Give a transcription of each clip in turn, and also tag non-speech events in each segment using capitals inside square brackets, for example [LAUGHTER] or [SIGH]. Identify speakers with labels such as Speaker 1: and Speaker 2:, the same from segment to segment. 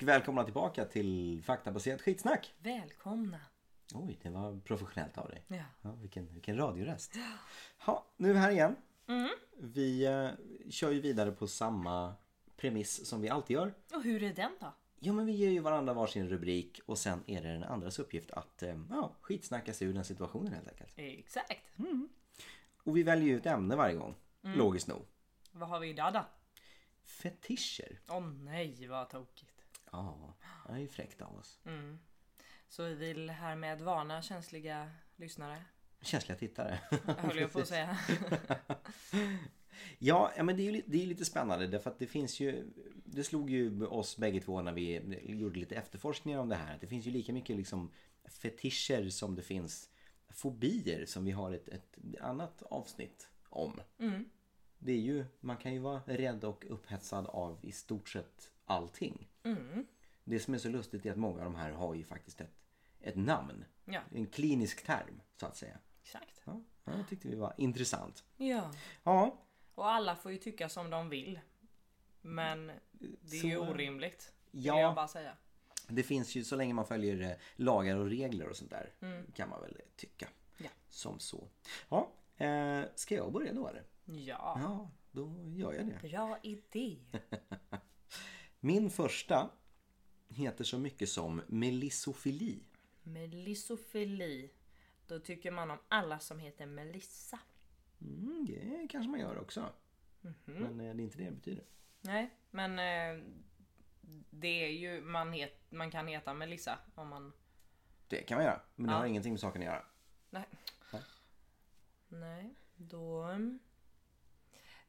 Speaker 1: välkomna tillbaka till faktabaserat skitsnack.
Speaker 2: Välkomna.
Speaker 1: Oj, det var professionellt av dig.
Speaker 2: Ja.
Speaker 1: Ja, vilken, vilken radioröst. Ha, nu är vi här igen.
Speaker 2: Mm.
Speaker 1: Vi eh, kör ju vidare på samma premiss som vi alltid gör.
Speaker 2: Och hur är den då?
Speaker 1: Ja, men vi ger ju varandra varsin rubrik och sen är det den andras uppgift att eh, ja, skitsnacka sig ur den situationen helt enkelt.
Speaker 2: Exakt.
Speaker 1: Och vi väljer ju ett ämne varje gång,
Speaker 2: Mm.
Speaker 1: logiskt nog.
Speaker 2: Vad har vi idag då?
Speaker 1: Fetischer.
Speaker 2: Åh nej, vad tokigt.
Speaker 1: Ja, det är ju fräckt av oss.
Speaker 2: Mm. Så vi vill härmed varna känsliga lyssnare.
Speaker 1: Känsliga tittare.
Speaker 2: Höll jag på
Speaker 1: [LAUGHS] Precis.
Speaker 2: att säga.
Speaker 1: Ja, ja, men det är ju li- det är lite spännande därför att det finns ju Det slog ju oss bägge två när vi gjorde lite efterforskningar om det här. att Det finns ju lika mycket liksom fetischer som det finns fobier som vi har ett, ett annat avsnitt om. Det är ju, man kan ju vara rädd och upphetsad av i stort sett allting. Det som är så lustigt är att många av de här har ju faktiskt ett, ett namn.
Speaker 2: Ja.
Speaker 1: En klinisk term så att säga.
Speaker 2: Exakt.
Speaker 1: Ja, ja, det tyckte vi var intressant.
Speaker 2: Ja.
Speaker 1: Ja,
Speaker 2: Och alla får ju tycka som de vill. Men det är ju
Speaker 1: Så-
Speaker 2: orimligt.
Speaker 1: Ja.
Speaker 2: Ja. jag bara säga.
Speaker 1: Det finns ju så länge man följer eh, lagar och regler och sånt där. Kan man väl eh, tycka.
Speaker 2: Mm. Ja.
Speaker 1: Som så. Ja, eh, ska jag börja då eller?
Speaker 2: Ja.
Speaker 1: Ja, då gör jag det.
Speaker 2: Bra idé.
Speaker 1: Min första heter så mycket som melissofili.
Speaker 2: Melissofili. Då tycker man om alla som heter Melissa.
Speaker 1: Mm, det kanske man gör också.
Speaker 2: Mhm.
Speaker 1: Men eh, det är inte det det betyder.
Speaker 2: Nej, men eh, det är ju man, het, man kan heta Melissa om man...
Speaker 1: Det kan man göra, men det
Speaker 2: Ja.
Speaker 1: har ingenting med saken att göra.
Speaker 2: Nej.
Speaker 1: Nej.
Speaker 2: Nej, då... mm.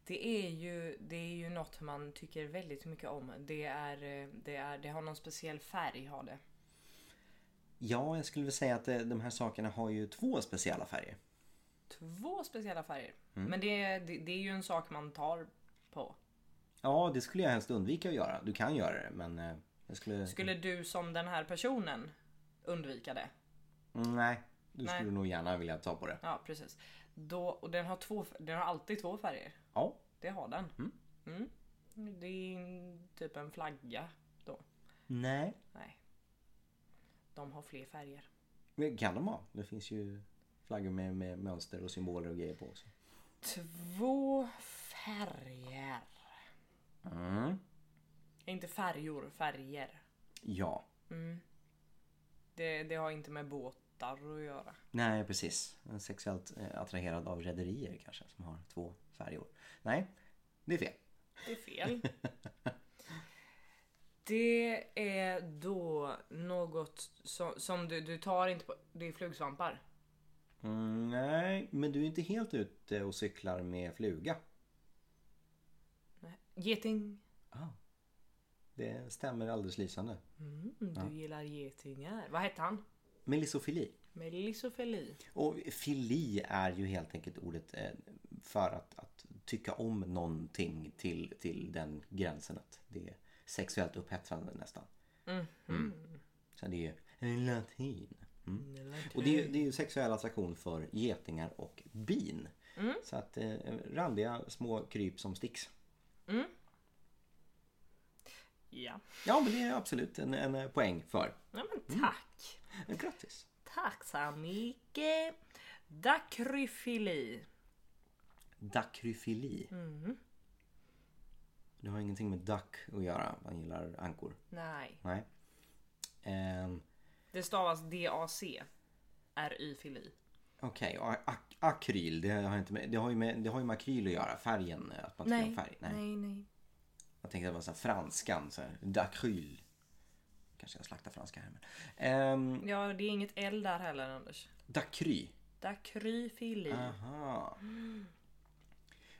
Speaker 2: Det är, ju, det är ju något man tycker väldigt mycket om. Det, är, eh, det, är, det har någon speciell färg har det.
Speaker 1: Ja, jag skulle väl säga att eh, de här sakerna har ju två speciella färger.
Speaker 2: Två speciella färger. Men det, det, det är ju en sak man tar på.
Speaker 1: Ja, det skulle jag helst undvika att göra. Du kan göra det, men eh, jag skulle...
Speaker 2: Skulle du som den här personen undvika det?
Speaker 1: Mm, Nej, du
Speaker 2: Nej.
Speaker 1: skulle nog gärna vilja ta på det.
Speaker 2: Ja, precis. Då, och den har, två, den har alltid två färger.
Speaker 1: Ja,
Speaker 2: Det har den. Mm. Det är en- typ en flagga då.
Speaker 1: Nej.
Speaker 2: Nej. De har fler färger.
Speaker 1: Men kan de ha? Det finns ju flaggor med, med mönster och symboler och grejer på också.
Speaker 2: Två färger.
Speaker 1: Mm.
Speaker 2: Inte färjor, färger.
Speaker 1: Ja.
Speaker 2: Det, det har inte med båtar att göra.
Speaker 1: Nej, precis. En Sexuellt eh, attraherad av rederier kanske som har två färjor. Nej, det är fel.
Speaker 2: Det är fel. Det är då något som, som du, du tar inte på. Det är flugsvampar.
Speaker 1: Mm, nej, men du är inte helt ute och cyklar med fluga.
Speaker 2: Nej. Geting.
Speaker 1: Ah. Det stämmer alldeles lysande.
Speaker 2: Mm, du gillar getingar. Vad hette han?
Speaker 1: Melissofili.
Speaker 2: Melissofeli.
Speaker 1: Och fili är ju helt enkelt ordet eh, för att, att tycka om någonting till, till den gränsen att det är sexuellt upphetsande nästan. Mm. Så det är ju latin. Och det är, ju- det är ju sexuell attraktion för getingar och bin. Så att eh, randiga små kryp som sticks.
Speaker 2: Ja.
Speaker 1: Ja men det är absolut en, en eh, poäng för.
Speaker 2: Ja men tack.
Speaker 1: Eh, Grattis!
Speaker 2: Tack så mycket. Dacryfili.
Speaker 1: Dacryfili. Det har ingenting med duck att göra. Man gillar ankor.
Speaker 2: Nej.
Speaker 1: Nej. Ehm,
Speaker 2: Det stavas D-A-C. R-Y-fili.
Speaker 1: Okej, och ak- akryl, det har, inte med, det, har ju med, det har ju med akryl att göra, färgen, eh, att man tycker om färg. Nej.
Speaker 2: nej, nej.
Speaker 1: Jag tänkte att det var så här franskan, så här, d'acryl. Kanske jag slaktar franska här men. Ehm,
Speaker 2: Ja, det är inget L där heller Anders.
Speaker 1: dacry,
Speaker 2: Dacryfili.
Speaker 1: Ah. aha.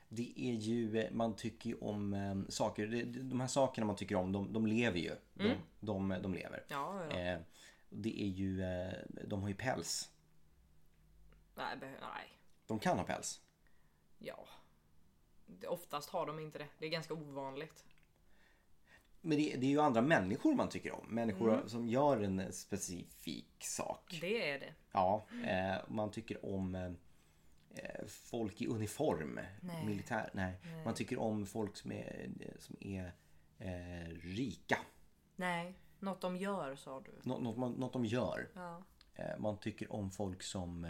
Speaker 1: Det är ju, eh, man tycker ju om eh, saker, det- det- de här sakerna man tycker om, de, de lever ju. De, de, de lever.
Speaker 2: Ja, ja.
Speaker 1: Eh, det är ju, eh, de har ju päls.
Speaker 2: Nej, beh- nej.
Speaker 1: De kan ha päls.
Speaker 2: Ja. Det- Oftast har de inte det. Det är ganska ovanligt.
Speaker 1: Men det, det är ju andra människor man tycker om. Människor
Speaker 2: Mm.
Speaker 1: som gör en specifik sak.
Speaker 2: Det är det.
Speaker 1: Ja, eh, man tycker om eh, eh, folk i uniform.
Speaker 2: Nej.
Speaker 1: Militär. Nej. Man tycker om folk som är, som är eh, rika.
Speaker 2: Nej. Något de gör sa du.
Speaker 1: Nå- något, man, något de gör.
Speaker 2: Ja.
Speaker 1: Eh, Man tycker om folk som,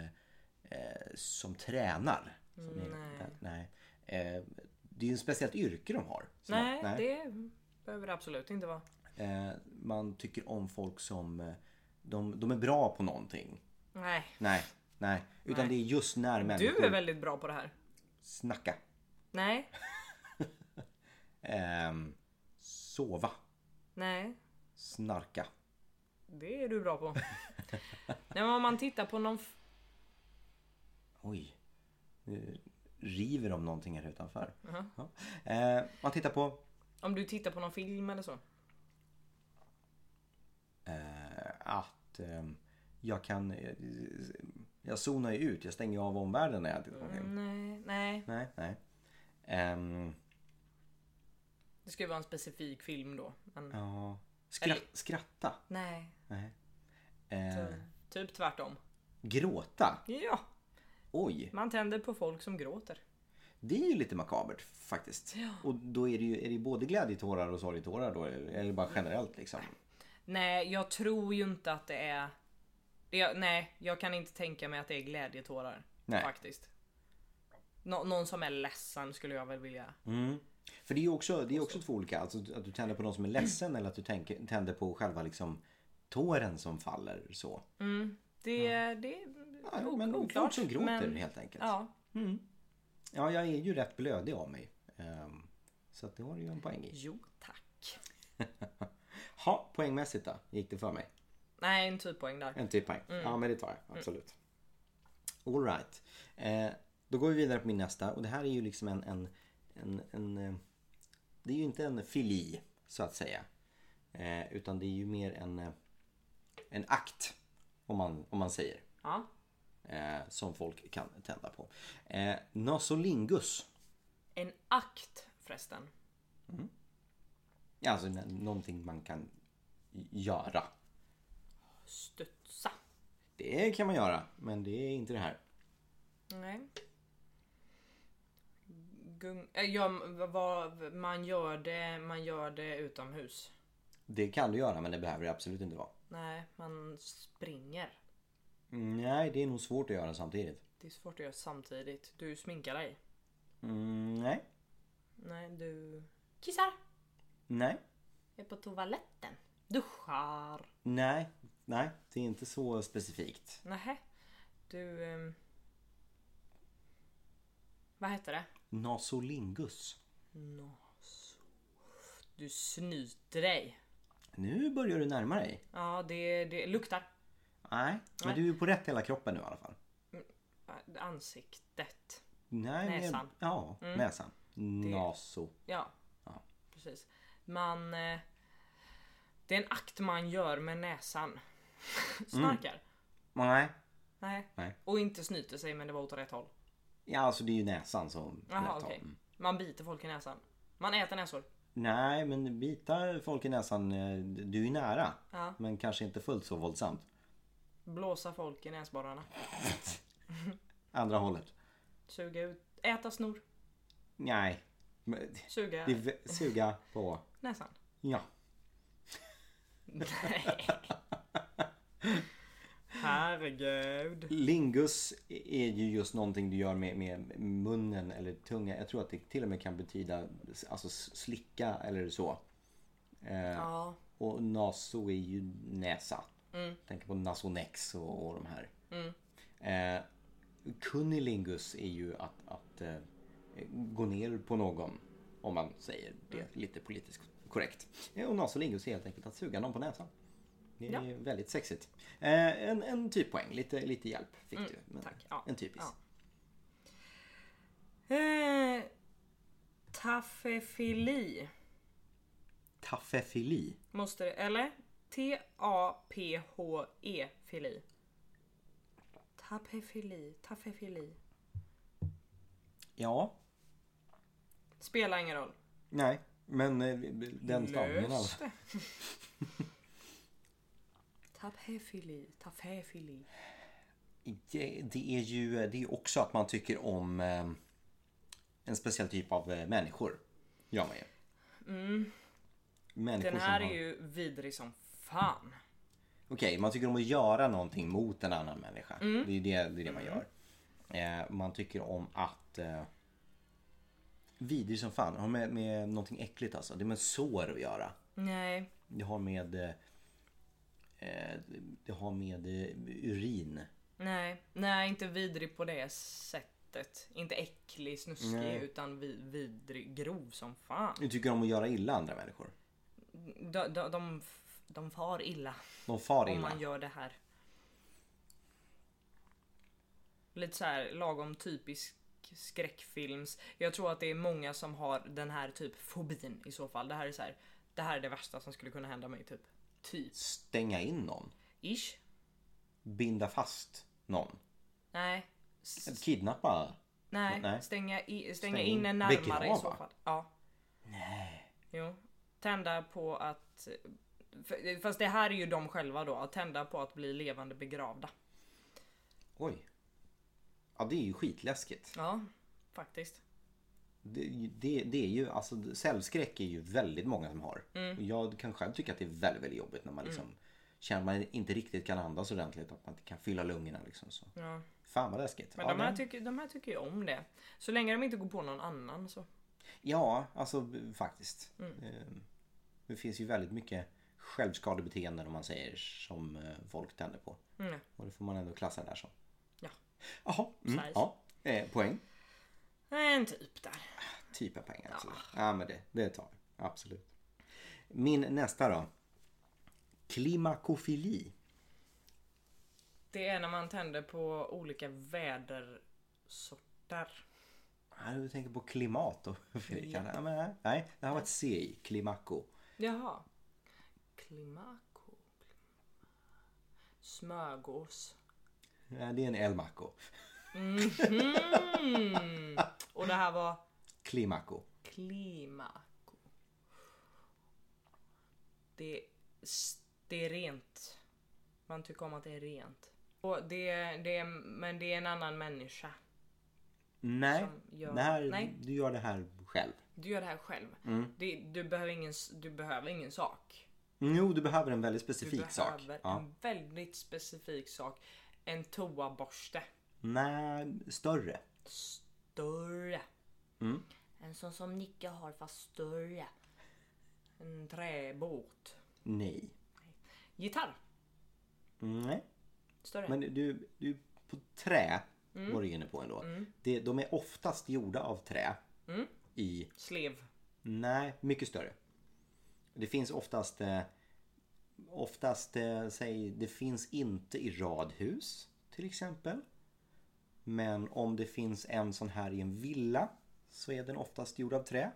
Speaker 1: eh, som tränar. Som är-
Speaker 2: Mm, Nej.
Speaker 1: nej. Eh, Det är ju ett speciellt yrke de har. Så
Speaker 2: Nej,
Speaker 1: man-
Speaker 2: det behöver det absolut inte vara.
Speaker 1: Eh, Man tycker om folk som eh, de, de är bra på någonting.
Speaker 2: Nej.
Speaker 1: Nej, nej. Utan
Speaker 2: Nej.
Speaker 1: det är just när människor
Speaker 2: Du är väldigt bra på det här.
Speaker 1: snacka,
Speaker 2: Nej.
Speaker 1: ehm, sova,
Speaker 2: Nej.
Speaker 1: snarka.
Speaker 2: Det är du
Speaker 1: [LAUGHS]
Speaker 2: bra på. Nej, men om man tittar på någon... f-
Speaker 1: Oj, nu river de någonting här utanför.
Speaker 2: Jaha.
Speaker 1: Ja. Eh, Man tittar på
Speaker 2: Om du tittar på någon film eller så.
Speaker 1: Eh, att ehm, jag kan... eh, jag zonar ju ut, jag stänger ju av omvärlden när jag tittar på
Speaker 2: Mm.
Speaker 1: film.
Speaker 2: Nej, nej.
Speaker 1: Nej, nej. Ehm,
Speaker 2: Det ska ju vara en specifik film då. Men...
Speaker 1: ja. Skra-
Speaker 2: Eller-
Speaker 1: Skratta.
Speaker 2: Nej.
Speaker 1: Nej. Eh,
Speaker 2: Ty- Typ tvärtom.
Speaker 1: gråta.
Speaker 2: Ja,
Speaker 1: Oj.
Speaker 2: man tänder på folk som gråter.
Speaker 1: Det är ju lite makabert faktiskt. Och då är det ju är det både glädjetårar och sorgetårar då. Eller bara generellt liksom.
Speaker 2: Nej, jag tror ju inte att det är... Jag, nej, jag kan inte tänka mig att det är glädjetårar.
Speaker 1: Nej.
Speaker 2: Faktiskt. Nå, någon som är ledsen skulle jag väl vilja.
Speaker 1: Mm. För det är ju också, det är också två olika. Alltså att du tänder på någon som är ledsen eller att du tänker, tänder på själva liksom tåren som faller så.
Speaker 2: Mm, Det, det är
Speaker 1: Ja,
Speaker 2: ok-
Speaker 1: men
Speaker 2: oklart.
Speaker 1: folk som gråter
Speaker 2: men-
Speaker 1: helt enkelt. Ja.
Speaker 2: Ja.
Speaker 1: jag är ju rätt blödig av mig. Ehm, Så att det har du ju en poäng i.
Speaker 2: Jo tack.
Speaker 1: Ha, poängmässigt då? Gick det för mig?
Speaker 2: Nej, en typ poäng där.
Speaker 1: En till poäng? Ja, men det tar jag. Absolut. All right. Eh, Då går vi vidare på min nästa. Och det här är ju liksom en... en, en, en eh, det är ju inte en fili, så att säga. Eh, Utan det är ju mer en, eh, en akt, om man, om man säger.
Speaker 2: Ja.
Speaker 1: eh, Som folk kan tända på. Eh, Nasolingus.
Speaker 2: En akt förresten.
Speaker 1: Ja, Alltså n- någonting man kan göra.
Speaker 2: Studsa.
Speaker 1: Det kan man göra, men det är inte det här.
Speaker 2: Nej. Gung... eh, Ja, m- vad, man, gör det, man gör det utomhus.
Speaker 1: Det kan du göra, men det behöver det absolut inte vara.
Speaker 2: Nej, man springer.
Speaker 1: Mm, Nej, det är nog svårt att göra samtidigt.
Speaker 2: Det är svårt att göra samtidigt. Du sminkar dig.
Speaker 1: Mm, nej,
Speaker 2: Nej, du kissar.
Speaker 1: nej,
Speaker 2: Är på toaletten. Duschar.
Speaker 1: nej, nej. Det är inte så specifikt.
Speaker 2: Nähä. Du... ehm, Vad heter det?
Speaker 1: Nasolingus.
Speaker 2: Nas. Du snyter dig.
Speaker 1: Nu börjar du närma dig.
Speaker 2: Ja, det, det luktar.
Speaker 1: Nej, men du är på rätt hela kroppen nu i alla fall.
Speaker 2: Ansiktet.
Speaker 1: Nej, men-
Speaker 2: Näsan. Mm.
Speaker 1: Ja, näsan. Naso.
Speaker 2: Ja, precis. Man... eh, Det är en akt man gör med näsan. [LAUGHS] Snarkar.
Speaker 1: Nej,
Speaker 2: Nej.
Speaker 1: Mm. Nej.
Speaker 2: Och inte snyter sig men det var åt rätt håll.
Speaker 1: ja alltså det är ju näsan som...
Speaker 2: Jaha
Speaker 1: rätt
Speaker 2: okej.
Speaker 1: håll. mm.
Speaker 2: Man biter folk i näsan. Man äter näsor.
Speaker 1: Nej, men bita folk i näsan. eh, Du är ju nära.
Speaker 2: Ja.
Speaker 1: Men kanske inte fullt så våldsamt.
Speaker 2: Blåsa folk i näsborrarna.
Speaker 1: Andra hållet.
Speaker 2: Suga ut. Äta snor.
Speaker 1: Nej. Men-
Speaker 2: Suga
Speaker 1: Det är vä- suga på... [LAUGHS]
Speaker 2: näsan.
Speaker 1: Ja.
Speaker 2: Nej. Herregud.
Speaker 1: Lingus är ju just någonting du gör med, med munnen eller tunga. Jag tror att det till och med kan betyda alltså slicka eller så.
Speaker 2: Ja.
Speaker 1: Och naso är ju näsa.
Speaker 2: Mm.
Speaker 1: Tänk på nasonex och, och de här.
Speaker 2: Mm.
Speaker 1: Eh, kunnilingus är ju att, att eh, gå ner på någon. Om man säger det
Speaker 2: Mm.
Speaker 1: lite politiskt korrekt. Eh, Och nasolingus är helt enkelt att suga någon på näsan. Det är
Speaker 2: Ja.
Speaker 1: väldigt sexigt. Eh, en, en typ poäng, lite, lite hjälp fick du. Men
Speaker 2: Mm. tack. Ja.
Speaker 1: En typisk.
Speaker 2: Ja. Eh, taffefili.
Speaker 1: Taffefili.
Speaker 2: Måste det, eller? T-A-P-H-E E, fili. Tapefili, taffefili.
Speaker 1: Ja,
Speaker 2: Spelar ingen roll.
Speaker 1: nej. Men eh, den stavningen alla.
Speaker 2: Lös det. [LAUGHS] Tapefili, taffefili.
Speaker 1: Det, det är ju det är också att man tycker om eh, en speciell typ av eh, människor. Gör man ju. Människor
Speaker 2: Mm. Den här
Speaker 1: som
Speaker 2: är
Speaker 1: har,
Speaker 2: ju vidrig som fan.
Speaker 1: Okej, man tycker om att göra någonting mot en annan människa.
Speaker 2: Mm.
Speaker 1: Det, är det, det är det man gör. Eh, man tycker om att... Eh, vidrig som fan. Har med, med någonting äckligt alltså. Det är med sår att göra.
Speaker 2: Nej.
Speaker 1: Det har med... eh, Eh, det har med eh, urin.
Speaker 2: Nej, nej inte vidrig på det sättet. Inte äcklig, snuskig
Speaker 1: Nej.
Speaker 2: utan vi, vidrig, grov som fan.
Speaker 1: Du tycker om att göra illa andra människor.
Speaker 2: De, de, de, f- de far illa
Speaker 1: De far
Speaker 2: om
Speaker 1: illa.
Speaker 2: man gör det här. Lite så här lagom typisk skräckfilms. Jag tror att det är många som har den här typ fobin i så fall. Det här är så här. Det här är det värsta som skulle kunna hända mig typ. Typ.
Speaker 1: Stänga in någon.
Speaker 2: Ish.
Speaker 1: Binda fast någon.
Speaker 2: Nej. S-
Speaker 1: Kidnappa.
Speaker 2: Nej,
Speaker 1: Nej.
Speaker 2: stänga, i, stänga,
Speaker 1: Stänga in.
Speaker 2: in en närmare
Speaker 1: Begrava.
Speaker 2: i så fall. Ja. Nej. Jo. Tända på att... f- Fast det här är ju de själva då. Att tända på att bli levande begravda.
Speaker 1: Oj. Ja, det är ju skitläskigt.
Speaker 2: Ja, faktiskt.
Speaker 1: Det, det, det är ju, alltså cellskräck är ju väldigt många som har.
Speaker 2: Mm.
Speaker 1: Och Jag kan själv tycka att det är väldigt, väldigt jobbigt när man liksom känner att man inte riktigt kan andas ordentligt. Att man inte kan fylla lungorna liksom. Så.
Speaker 2: Ja.
Speaker 1: Fan vad läskigt.
Speaker 2: Men
Speaker 1: ja,
Speaker 2: de, här
Speaker 1: men-
Speaker 2: tycker, de här tycker ju om det. Så länge de inte går på någon annan så.
Speaker 1: ja, alltså b- faktiskt.
Speaker 2: Mm.
Speaker 1: Ehm, Det finns ju väldigt mycket självskadebeteenden om man säger som eh, folk tänder på.
Speaker 2: Mm.
Speaker 1: Och det får man ändå klassa det där som.
Speaker 2: Ja.
Speaker 1: Jaha, mm,
Speaker 2: Size.
Speaker 1: ja. Eh, poäng.
Speaker 2: En typ där.
Speaker 1: Typ av pengar. Ja. ja men det, det tar vi. Absolut. Min nästa då. Klimakofili.
Speaker 2: Det är när man tänder på olika vädersorter.
Speaker 1: Ja, du tänker på klimat och [LAUGHS] ja. Ja, men, nej, nej, det här var ett C i. Klimako.
Speaker 2: Jaha. Klimaco. Smörgås.
Speaker 1: Ja, Eh, det är en elmako.
Speaker 2: Mm. Och det här var
Speaker 1: Klimako.
Speaker 2: Klimaco. Det, s- det är rent. Man tycker om att det är rent. Och det, det, men det är en annan människa.
Speaker 1: Nej, Mm.
Speaker 2: Som gör-
Speaker 1: det här,
Speaker 2: nej.
Speaker 1: du gör det här själv.
Speaker 2: Du gör det här själv. Det, du, behöver ingen, s- du behöver ingen sak.
Speaker 1: Jo, du behöver en väldigt
Speaker 2: Du
Speaker 1: specifik sak.
Speaker 2: behöver
Speaker 1: Ja.
Speaker 2: en väldigt specifik sak. En toaborste.
Speaker 1: Nej, större.
Speaker 2: Större.
Speaker 1: Mm.
Speaker 2: En sån som Nicke har fast större. En träbåt.
Speaker 1: Nej.
Speaker 2: Gitarr.
Speaker 1: Nej.
Speaker 2: Större.
Speaker 1: Men du, du på trä
Speaker 2: Mm.
Speaker 1: var du inne på ändå. Det, de är oftast gjorda av trä.
Speaker 2: Mm.
Speaker 1: I
Speaker 2: Slev.
Speaker 1: Nej, mycket större. Det finns oftast, eh, oftast eh, säg, det finns inte i radhus till exempel. Men om det finns en sån här i en villa så är den oftast gjord av trä.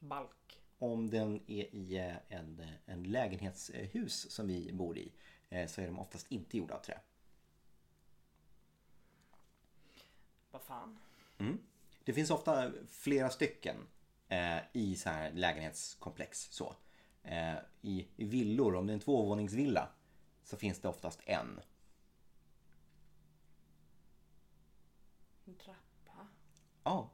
Speaker 2: Balk.
Speaker 1: Om den är i eh, en, en lägenhetshus som vi bor i eh, så är de oftast inte gjorda av trä.
Speaker 2: Vad fan?
Speaker 1: Det finns ofta flera stycken eh, i så här lägenhetskomplex. Så. Eh, i, I villor, om det är en tvåvåningsvilla, så finns det oftast en.
Speaker 2: En trappa.
Speaker 1: Ja.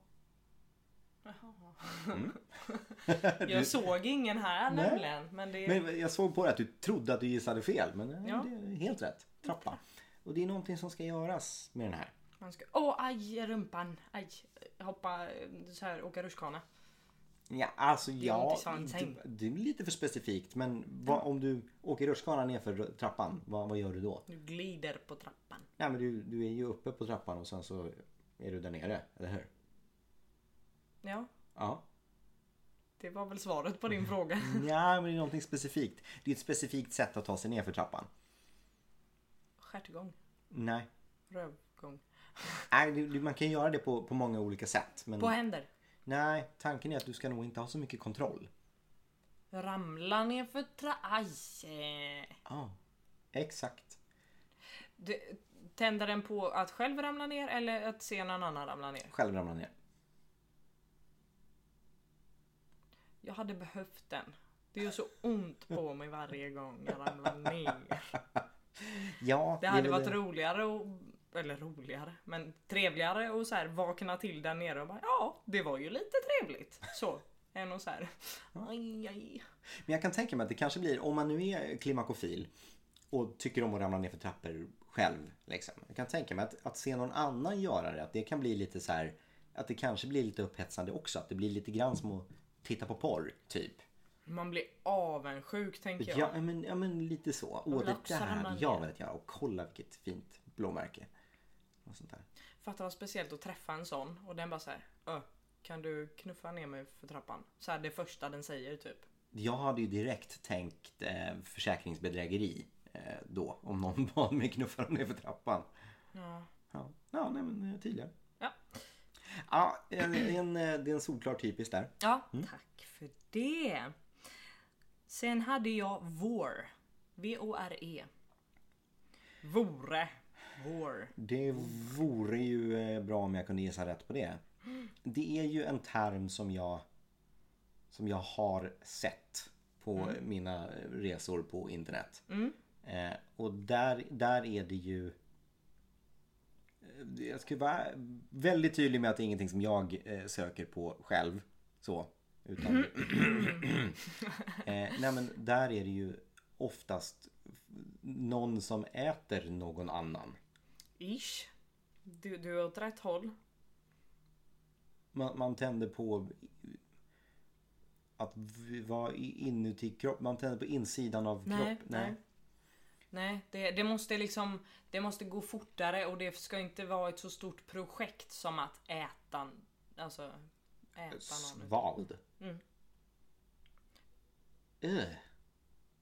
Speaker 2: [LAUGHS] Jag såg ingen här
Speaker 1: Mm. Nej.
Speaker 2: nämligen. Men det...
Speaker 1: Men jag såg på dig att du trodde att du gissade fel, men nej,
Speaker 2: Ja.
Speaker 1: det är helt rätt. Trappa. Och det är någonting som ska göras med den här.
Speaker 2: Man ska... Åh, aj rumpan. Aj. Hoppa eh, så här, åka rutschkana.
Speaker 1: Ja, alltså
Speaker 2: ont
Speaker 1: ja,
Speaker 2: i svansen.
Speaker 1: det, det är lite för specifikt. Men vad, om du åker rutschkana nerför trappan, vad, vad gör du då?
Speaker 2: Du glider på trappan.
Speaker 1: Nej, men du, du är ju uppe på trappan och sen så är du där nere, eller hur?
Speaker 2: Ja,
Speaker 1: Ja.
Speaker 2: det var väl svaret på
Speaker 1: Mm.
Speaker 2: din fråga.
Speaker 1: Ja, men det är någonting specifikt. Det är ett specifikt sätt att ta sig ner för trappan.
Speaker 2: Stjärtgång.
Speaker 1: Nej. Mm.
Speaker 2: Rövgång.
Speaker 1: Nej, du- du- man kan göra det på, på många olika sätt. Men
Speaker 2: På händer.
Speaker 1: nej, tanken är att du ska nog inte ha så mycket kontroll.
Speaker 2: Ramla ner för tra... Aj! eh.
Speaker 1: Ja, exakt.
Speaker 2: Du, tänder den på att själv ramla ner eller att se någon annan ramla ner?
Speaker 1: Själv ramlar ner.
Speaker 2: Jag hade behövt den. Det gör så ont på mig varje gång jag ramlar ner.
Speaker 1: Ja,
Speaker 2: Det
Speaker 1: är
Speaker 2: hade
Speaker 1: väl
Speaker 2: varit roligare och... Eller roligare, men trevligare och så här vakna till där nere och bara ja, det var ju lite trevligt. Så. är nog så här. Aj, aj.
Speaker 1: Men jag kan tänka mig att det kanske blir, om man nu är klimakofil och tycker om att ramla ner för trappor själv. Liksom. Jag kan tänka mig att, att se någon annan göra det, att det kan bli lite så här, att det kanske blir lite upphetsande också. Att det blir lite grann som att titta på porr, typ.
Speaker 2: Man blir avundsjuk tänker jag.
Speaker 1: Ja, men, ja, men lite så. Åh, det
Speaker 2: lapsar
Speaker 1: där
Speaker 2: man
Speaker 1: hade jag
Speaker 2: ner.
Speaker 1: velat göra. Och kolla vilket fint blåmärke. Och sånt där.
Speaker 2: Fattar vad speciellt att träffa en sån och den bara så här. "Ö, Kan du knuffa ner mig för trappan? Så här det första den säger typ.
Speaker 1: Jag hade ju direkt tänkt eh, försäkringsbedrägeri eh, då. Om någon [LAUGHS] bad mig knuffa dem ner för trappan.
Speaker 2: Ja.
Speaker 1: Ja, ja nej men eh, tydligen.
Speaker 2: Ja.
Speaker 1: Ja, en, en, eh, det är en solklar typisk där.
Speaker 2: Ja, tack för det. Sen hade jag vår. V-O-R-E. Vore. Vår.
Speaker 1: Det vore ju eh, bra om jag kunde gissa rätt på det. Det är ju en term som jag som jag har sett på mina resor på internet. Eh, och där, där är det ju Eh, Jag ska vara väldigt tydlig med att det är ingenting som jag eh, söker på själv. Så. Utan... [CLEARS THROAT] eh, nej men där är det ju oftast någon som äter någon annan.
Speaker 2: Ish. Du, du är åt rätt håll.
Speaker 1: Man, man tänder på att v- vara i- inuti kropp. Man tänder på insidan av
Speaker 2: Nej,
Speaker 1: kropp.
Speaker 2: nej. Nej, det, det måste liksom Det måste gå fortare och det ska inte vara ett så stort projekt som att äta Alltså äta någon.
Speaker 1: Svald.
Speaker 2: Mm.
Speaker 1: Öh.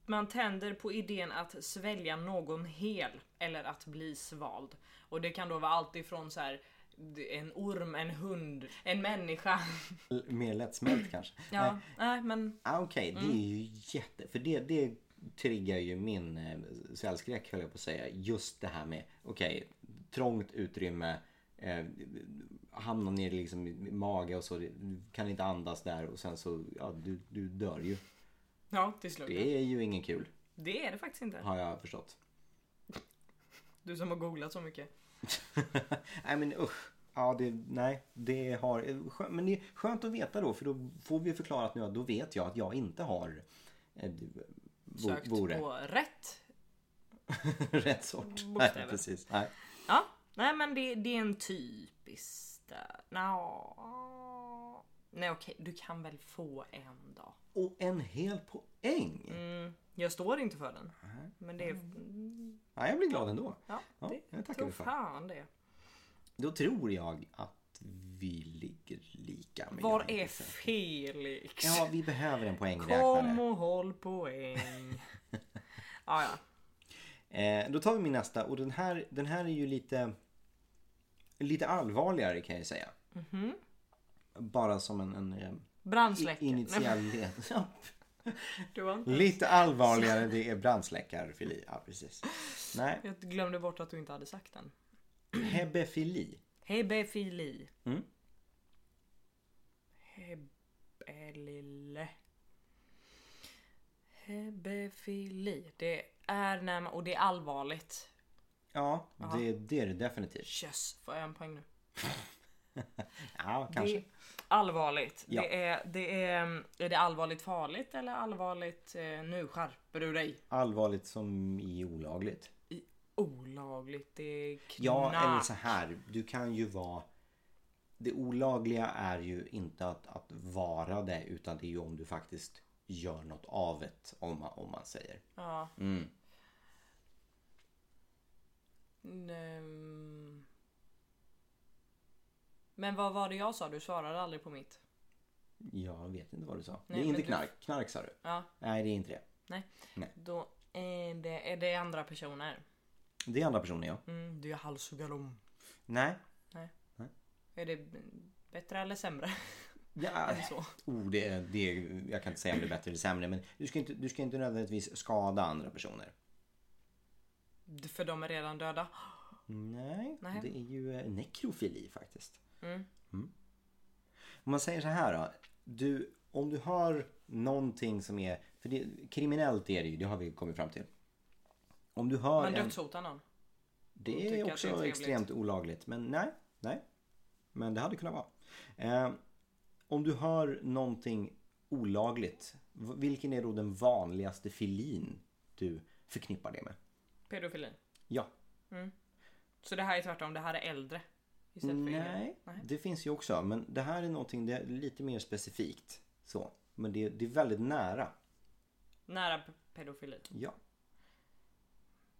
Speaker 2: Man tänder på idén att svälja någon hel eller att bli svald. Och det kan då vara allt ifrån så här en orm, en hund, en människa.
Speaker 1: L- Mer lättsmält kanske.
Speaker 2: Ja,
Speaker 1: Nej.
Speaker 2: nej, men
Speaker 1: Ah, Okej, det är
Speaker 2: Mm.
Speaker 1: ju jätte... För det, det triggar ju min eh, cellskräck höll jag på att säga. Just det här med, okej, trångt utrymme. Eh, hamnar ner liksom i mage och så. Du kan inte andas där och sen så, ja du, du dör ju.
Speaker 2: ja till slut. Det...
Speaker 1: Det är ju ingen kul.
Speaker 2: är det faktiskt inte.
Speaker 1: Har jag förstått.
Speaker 2: Du som har googlat så mycket.
Speaker 1: [LAUGHS] nej men usch. Ja, det, nej, det har... skö- Men det är skönt att veta då för då får vi förklarat nu att då vet jag att jag inte har eh, bo,
Speaker 2: Sökt
Speaker 1: vore.
Speaker 2: på rätt
Speaker 1: [LAUGHS] rätt sort. Nej,
Speaker 2: Bokstäver.
Speaker 1: precis. Nej.
Speaker 2: Ja, nej men det, det är en typisk där. Nå. Nej okej, du kan väl få en då.
Speaker 1: Och en hel poäng!
Speaker 2: Mm, jag står inte för den. Men det är...
Speaker 1: Ja, jag blir glad ändå.
Speaker 2: Ja,
Speaker 1: Ja,
Speaker 2: det
Speaker 1: jag tackar
Speaker 2: tror
Speaker 1: vi för.
Speaker 2: fan det.
Speaker 1: Då tror jag att vi ligger lika. men
Speaker 2: Var
Speaker 1: jag
Speaker 2: är
Speaker 1: inte säker.
Speaker 2: Felix?
Speaker 1: Ja, vi behöver en poängräknare.
Speaker 2: Kom och håll
Speaker 1: [LAUGHS]
Speaker 2: poäng. ja, ja.
Speaker 1: Eh, då tar vi min nästa och den här, den här är ju lite, lite allvarligare kan jag säga. Bara som en, en eh,
Speaker 2: Brandsläckare.
Speaker 1: i- initiell led. Ja,
Speaker 2: Det var inte...
Speaker 1: lite allvarligare, det är brandsläckarfili. Ja, precis. Nej,
Speaker 2: Jag glömde bort att du inte hade sagt den.
Speaker 1: hebefili.
Speaker 2: Hebefili.
Speaker 1: Mm.
Speaker 2: Hebelille. Hebefili. Det är när man, och det är allvarligt.
Speaker 1: Ja, det, det är det definitivt.
Speaker 2: Yes, får jag en poäng nu?
Speaker 1: Ja, kanske.
Speaker 2: Det är allvarligt.
Speaker 1: Ja.
Speaker 2: Det är, det är, är det allvarligt farligt eller allvarligt eh, nu skärper du dig?
Speaker 1: Allvarligt som i olagligt.
Speaker 2: I- Olagligt, det är
Speaker 1: Ja,
Speaker 2: knack.
Speaker 1: eller så här. Du kan ju vara... Det olagliga är ju inte att, att vara det utan det är ju om du faktiskt gör något av det om man, om man säger.
Speaker 2: Ja.
Speaker 1: Mm.
Speaker 2: Mm. Men vad var det jag sa? Du svarade aldrig på mitt.
Speaker 1: Jag vet inte vad du sa.
Speaker 2: Nej,
Speaker 1: det är inte
Speaker 2: men du-
Speaker 1: knark. Knark sa du.
Speaker 2: Ja,
Speaker 1: Nej, det är inte det.
Speaker 2: nej.
Speaker 1: Nej.
Speaker 2: Då är det, är det andra personer.
Speaker 1: Det är andra personer ja.
Speaker 2: Mm, du halshuggar dem.
Speaker 1: Nej.
Speaker 2: Är det bättre eller sämre?
Speaker 1: Ja.
Speaker 2: än [LAUGHS] så?
Speaker 1: Oh, det, är- det, är- jag kan inte säga om det är bättre eller sämre men du ska, inte, du ska inte nödvändigtvis skada andra personer.
Speaker 2: För de är redan döda.
Speaker 1: Nej,
Speaker 2: Nej.
Speaker 1: det är ju eh, nekrofili faktiskt.
Speaker 2: Mm.
Speaker 1: Om man säger så här då. Du, om du har någonting som är... För det, kriminellt är det ju, det har vi kommit fram till. Om du har
Speaker 2: Men
Speaker 1: en...
Speaker 2: dödshota någon.
Speaker 1: Det
Speaker 2: tycker
Speaker 1: är
Speaker 2: att
Speaker 1: också
Speaker 2: det är trevligt.
Speaker 1: extremt olagligt. Men nej, nej. Men det hade kunnat vara. Eh, om du har någonting olagligt. V- Vilken är då den vanligaste filin du förknippar det med?
Speaker 2: Pedofili.
Speaker 1: Ja,
Speaker 2: Så det här är tvärtom, det här är äldre. Istället för yngre.
Speaker 1: Nej,
Speaker 2: Nej.
Speaker 1: det finns ju också. Men det här är någonting det är lite mer specifikt. Så. Men det, det är väldigt nära.
Speaker 2: Nära p- pedofili.
Speaker 1: Ja.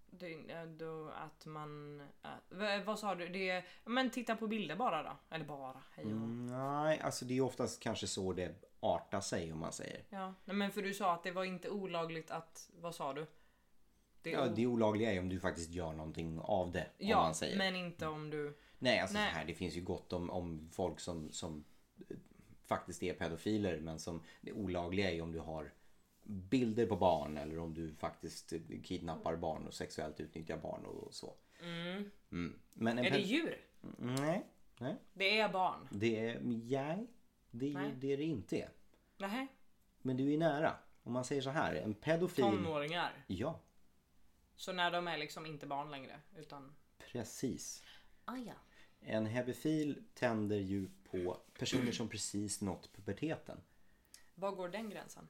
Speaker 2: Det, är- då att man... Äh, v- vad sa du? Det är, men titta på bilder bara då. Eller bara, hej och
Speaker 1: Mm.
Speaker 2: hå.
Speaker 1: Nej, alltså det är oftast kanske så det artar sig om man säger.
Speaker 2: Ja, nej, men för du sa att det var inte olagligt att... Vad sa du? Det
Speaker 1: Ja,
Speaker 2: o-
Speaker 1: det olagliga är om du faktiskt gör någonting av det.
Speaker 2: ja
Speaker 1: om man säger.
Speaker 2: men inte om du...
Speaker 1: Nej, alltså
Speaker 2: Nej.
Speaker 1: Så här, det finns ju gott om, om folk som, som eh, faktiskt är pedofiler men som det olagliga är om du har bilder på barn eller om du faktiskt eh, kidnappar barn och sexuellt utnyttjar barn och så. Mm. Men en
Speaker 2: Är det
Speaker 1: ped-
Speaker 2: djur?
Speaker 1: Nej, nej.
Speaker 2: Det är barn.
Speaker 1: Det är... Nej, det är
Speaker 2: Nej.
Speaker 1: ju det det inte är.
Speaker 2: Nähä?
Speaker 1: Men du är nära. Om man säger så här, en pedofil...
Speaker 2: Tonåringar.
Speaker 1: Ja,
Speaker 2: Så när de är liksom inte barn längre utan...
Speaker 1: precis.
Speaker 2: Ah, ja.
Speaker 1: En hebefil tänder ju på personer som precis nått puberteten.
Speaker 2: Var går den gränsen?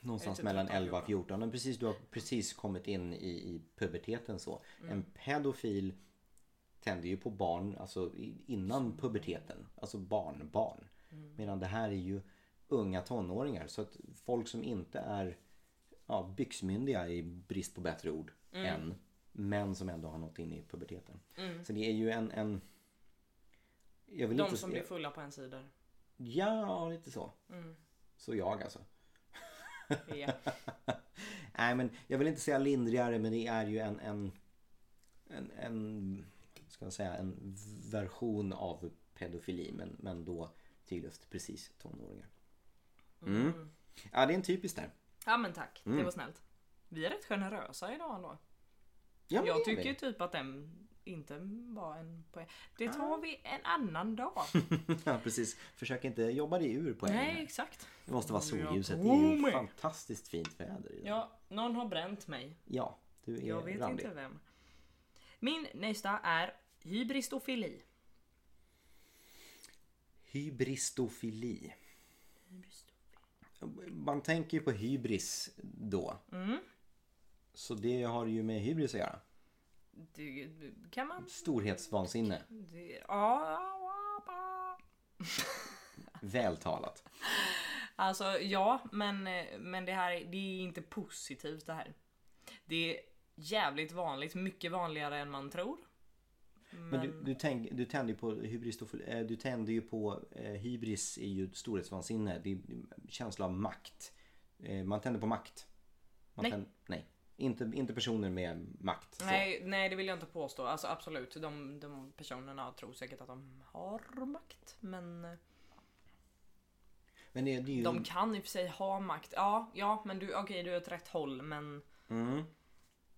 Speaker 1: Någonstans
Speaker 2: Är det
Speaker 1: mellan
Speaker 2: typ
Speaker 1: 11 och 14. Men precis, du har precis kommit in i, i puberteten så.
Speaker 2: Mm.
Speaker 1: En pedofil tänder ju på barn, alltså i- innan puberteten. Alltså barnbarn.
Speaker 2: Mm.
Speaker 1: Medan det här är ju unga tonåringar. Så att folk som inte är ja, byxmyndiga i brist på bättre ord
Speaker 2: Mm.
Speaker 1: än. Men som ändå har nått in i puberteten. Så det är ju en... en jag vill
Speaker 2: De
Speaker 1: inte
Speaker 2: som
Speaker 1: se-
Speaker 2: blir fulla på en sida.
Speaker 1: Ja, lite så.
Speaker 2: Mm.
Speaker 1: Så jag alltså.
Speaker 2: Ja.
Speaker 1: Nej, men jag vill inte säga lindrigare, men det är ju en, en, en, en ska jag säga, en version av pedofili, men, men då till just precis tonåringar. Mm. Ja, det är en typisk där.
Speaker 2: ja men tack, det
Speaker 1: Mm.
Speaker 2: var snällt. Vi är rätt generösa idag ändå.
Speaker 1: Ja, men det
Speaker 2: Jag
Speaker 1: är
Speaker 2: tycker
Speaker 1: vi.
Speaker 2: typ att den inte var en poäng. Det tar vi en annan dag.
Speaker 1: [LAUGHS] ja, precis. Försök inte jobba dig ur poängen.
Speaker 2: Nej
Speaker 1: här.
Speaker 2: exakt.
Speaker 1: Det måste vara solljuset.
Speaker 2: Jag
Speaker 1: Det är
Speaker 2: tror
Speaker 1: ju
Speaker 2: mig.
Speaker 1: fantastiskt fint väder idag.
Speaker 2: Ja, någon har bränt mig.
Speaker 1: Ja, du är
Speaker 2: Jag vet
Speaker 1: randig.
Speaker 2: inte vem. Min nästa är hybristofili.
Speaker 1: Hybristofili. Man tänker ju på hybris då.
Speaker 2: Mm.
Speaker 1: Så det har ju med hybris att göra.
Speaker 2: Det, kan man?
Speaker 1: Storhetsvansinne.
Speaker 2: Det, ja.
Speaker 1: Vältalat.
Speaker 2: Alltså ja, men, men det här är- det är inte positivt det här. Det är jävligt vanligt, mycket vanligare än man tror.
Speaker 1: Men du, du, tänk, du tänder ju på hybris. eh, Du tänder ju på eh, hybris är ju storhetsvansinne. Det är känsla av makt. Eh, Man tänder på makt. Man
Speaker 2: Nej.
Speaker 1: tänder- nej. Inte, inte personer med makt. så.
Speaker 2: Nej, nej, det vill jag inte påstå. Alltså absolut, de, de personerna tror säkert att de har makt, men eh,
Speaker 1: Men det, det är ju...
Speaker 2: de kan i och för sig ha makt. Ja, ja, men du okej, du är åt rätt håll, men
Speaker 1: Mm.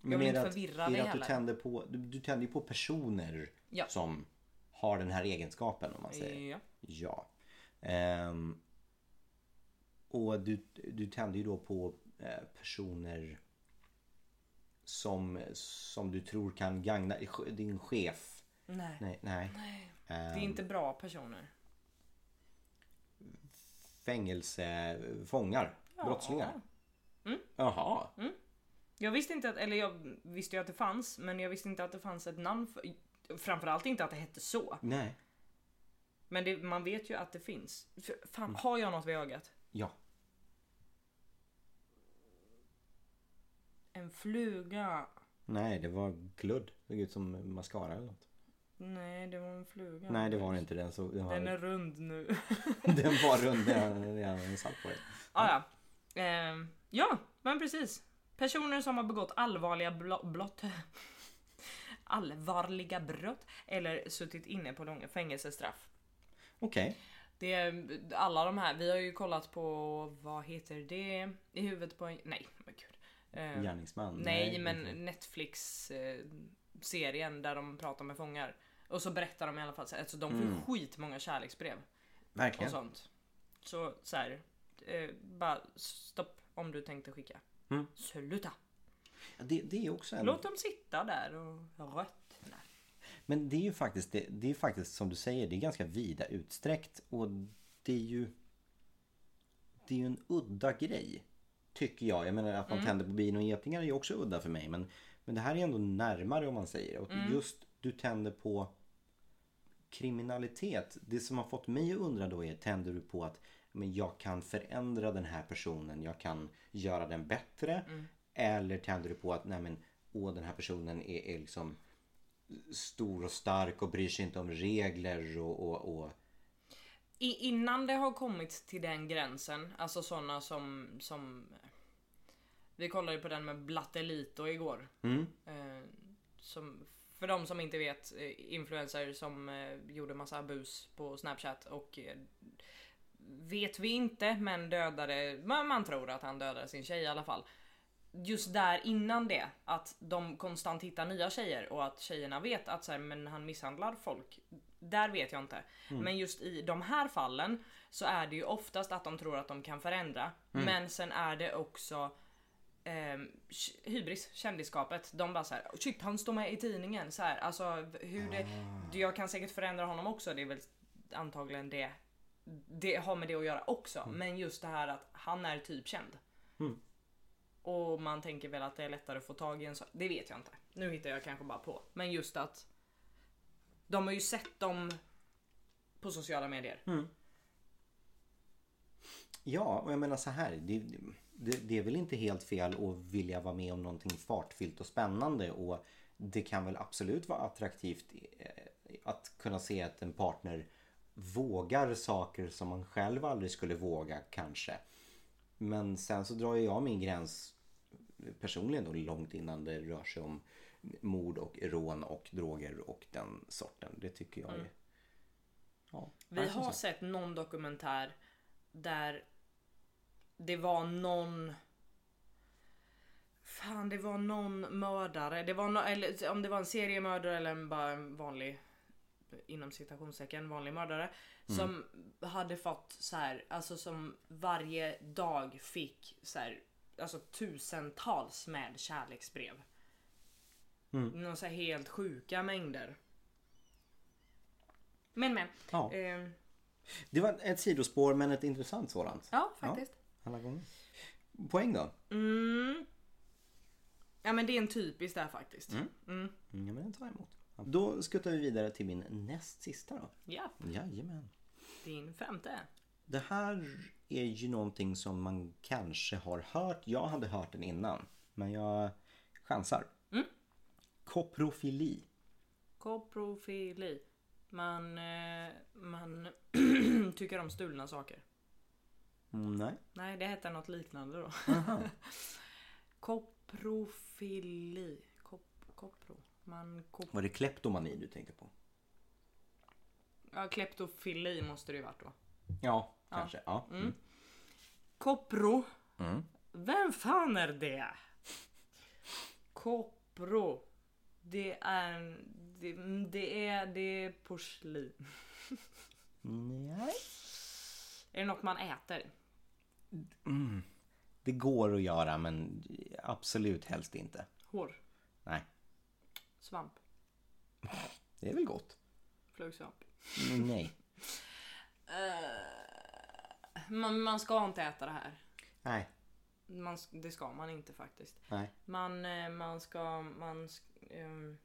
Speaker 1: Men
Speaker 2: vill
Speaker 1: är det
Speaker 2: inte
Speaker 1: att-
Speaker 2: förvirra
Speaker 1: är det
Speaker 2: dig
Speaker 1: att du
Speaker 2: heller.
Speaker 1: tänder på, du, du tänder ju på personer
Speaker 2: Ja. Eh.
Speaker 1: som har den här egenskapen om man säger.
Speaker 2: ja.
Speaker 1: Ja. Ehm, och du, du tänder ju då på eh, personer som, som du tror kan gagna din chef.
Speaker 2: Nej,
Speaker 1: Nej, nej. Eh,
Speaker 2: det är inte bra personer.
Speaker 1: Fängelse, fångar, brottslingar. Jaha.
Speaker 2: Jag visste inte att, eller jag visste ju att det fanns, men jag visste inte att det fanns ett namn för Framförallt inte att det hette så.
Speaker 1: Nej.
Speaker 2: Men det, man vet ju att det finns. För, fan, har jag något vid ögat?
Speaker 1: Mm. Ja.
Speaker 2: En fluga.
Speaker 1: Nej, det var kludd. Såg ut som mascara eller något.
Speaker 2: Nej, det var en fluga.
Speaker 1: Nej, det var det inte. Den, så, den, var,
Speaker 2: Den är rund nu. [LAUGHS]
Speaker 1: [LAUGHS] den var rund när jag- när jag satt på det.
Speaker 2: ah, ja. Ehm, ja, men precis. Personer som har begått allvarliga blo- blott [LAUGHS] allvarliga brott eller suttit inne på långa fängelsestraff.
Speaker 1: Okej.
Speaker 2: Det är alla de här. Vi har ju kollat på vad heter det i huvudet på en... Nej, men gud. Ehm,
Speaker 1: Gärningsman.
Speaker 2: Nej,
Speaker 1: inte.
Speaker 2: men Netflix-serien där de pratar med fångar. Och så berättar de i alla fall, så- alltså de får mm. skitmånga kärleksbrev och
Speaker 1: Verkligen.
Speaker 2: sånt. Så så här, eh, bara stopp om du tänkte skicka. Sluta!
Speaker 1: Det, det är också en...
Speaker 2: Låt dem sitta där och röttna.
Speaker 1: Men det är ju faktiskt, det, det är faktiskt som du säger, det är ganska vida utsträckt och det är ju det är ju en udda grej. Tycker jag. Jag menar att man tänder på bin och getingar är ju också udda för mig. Men, men det här är ändå närmare om man säger. Och just du tänder på kriminalitet. Det som har fått mig att undra då är, tänder du på att men jag kan förändra den här personen, jag kan göra den bättre. Eller tänder du på att nej men, åh, den här personen är, är liksom stor och stark och bryr sig inte om regler och, och, och
Speaker 2: I, innan det har kommit till den gränsen, alltså sådana som, som... eh, Vi kollade på den med Blattelito igår. Eh, som, för de som inte vet, eh, influencer som eh, gjorde massa bus på Snapchat och eh, vet vi inte men dödade, man, man tror att han dödade sin tjej i alla fall. Just där innan det, att de konstant hittar nya tjejer och att tjejerna vet att så här, men han misshandlar folk. Där vet jag inte. Men just i de här fallen så är det ju oftast att de tror att de kan förändra. Men sen är det också eh, hybris, kändisskapet. De bara så här, "Oh, shit han står med i tidningen. Så här, alltså, hur det, Jag kan säkert förändra honom också, det är väl antagligen det. Det har med det att göra också. Men just det här att han är typ känd. Och man tänker väl att det är lättare att få tag i en sak. Det vet jag inte. Nu hittar jag kanske bara på. Men just att de har ju sett dem på sociala medier.
Speaker 1: Ja, och jag menar så här. Det, det, det är väl inte helt fel att vilja vara med om någonting fartfyllt och spännande. Och det kan väl absolut vara attraktivt eh, att kunna se att en partner vågar saker som man själv aldrig skulle våga kanske. Men sen så drar ju jag min gräns personligen då långt innan det rör sig om mord och rån och droger och den sorten. Det tycker jag är... Ja,
Speaker 2: Mm. Vi
Speaker 1: nej, som
Speaker 2: har
Speaker 1: sagt.
Speaker 2: sett någon dokumentär där det var någon Fan det var någon mördare, det var no, eller om det var en seriemördare eller en, bara en vanlig inom citationstecken vanlig mördare som hade fått så här, alltså som varje dag fick så här, alltså tusentals med kärleksbrev. Mm. Någon så här helt sjuka mängder. Men men.
Speaker 1: Ja.
Speaker 2: ehm,
Speaker 1: Det var ett sidospår men ett intressant sådant.
Speaker 2: Ja, faktiskt.
Speaker 1: alla gånger. Poäng då?
Speaker 2: Ja men det är en typisk där faktiskt.
Speaker 1: Ja, men den tar jag emot. Då skuttar vi vidare till min näst sista då.
Speaker 2: Ja,
Speaker 1: Jajamän.
Speaker 2: din femte.
Speaker 1: Det här är ju någonting som man kanske har hört. Jag hade hört den innan. Men jag chansar. Koprofili.
Speaker 2: Koprofili. Man, eh, man [CLEARS THROAT] tycker om stulna saker.
Speaker 1: Mm, nej.
Speaker 2: Nej, det hette något liknande då. [LAUGHS] Koprofili. Kop, kopro. Man kop...
Speaker 1: Var det kleptomani du tänkte på?
Speaker 2: Ja, kleptofili måste det ju varit då.
Speaker 1: Ja, kanske. Ja. Mm.
Speaker 2: Kopro. Vem fan är det? Kopro. Det är... Det, mm, det är... Det är porslin.
Speaker 1: Mm. Nej.
Speaker 2: Är det något man äter?
Speaker 1: Det går att göra men absolut helst inte.
Speaker 2: Hår?
Speaker 1: Nej.
Speaker 2: Svamp?
Speaker 1: Det är väl [LAUGHS] gott?
Speaker 2: Flugsvamp?
Speaker 1: Nej.
Speaker 2: Man, man ska inte äta det här.
Speaker 1: Nej.
Speaker 2: Man, s- det ska man inte faktiskt.
Speaker 1: Nej.
Speaker 2: Man, eh, man ska... Man, sk- ehm,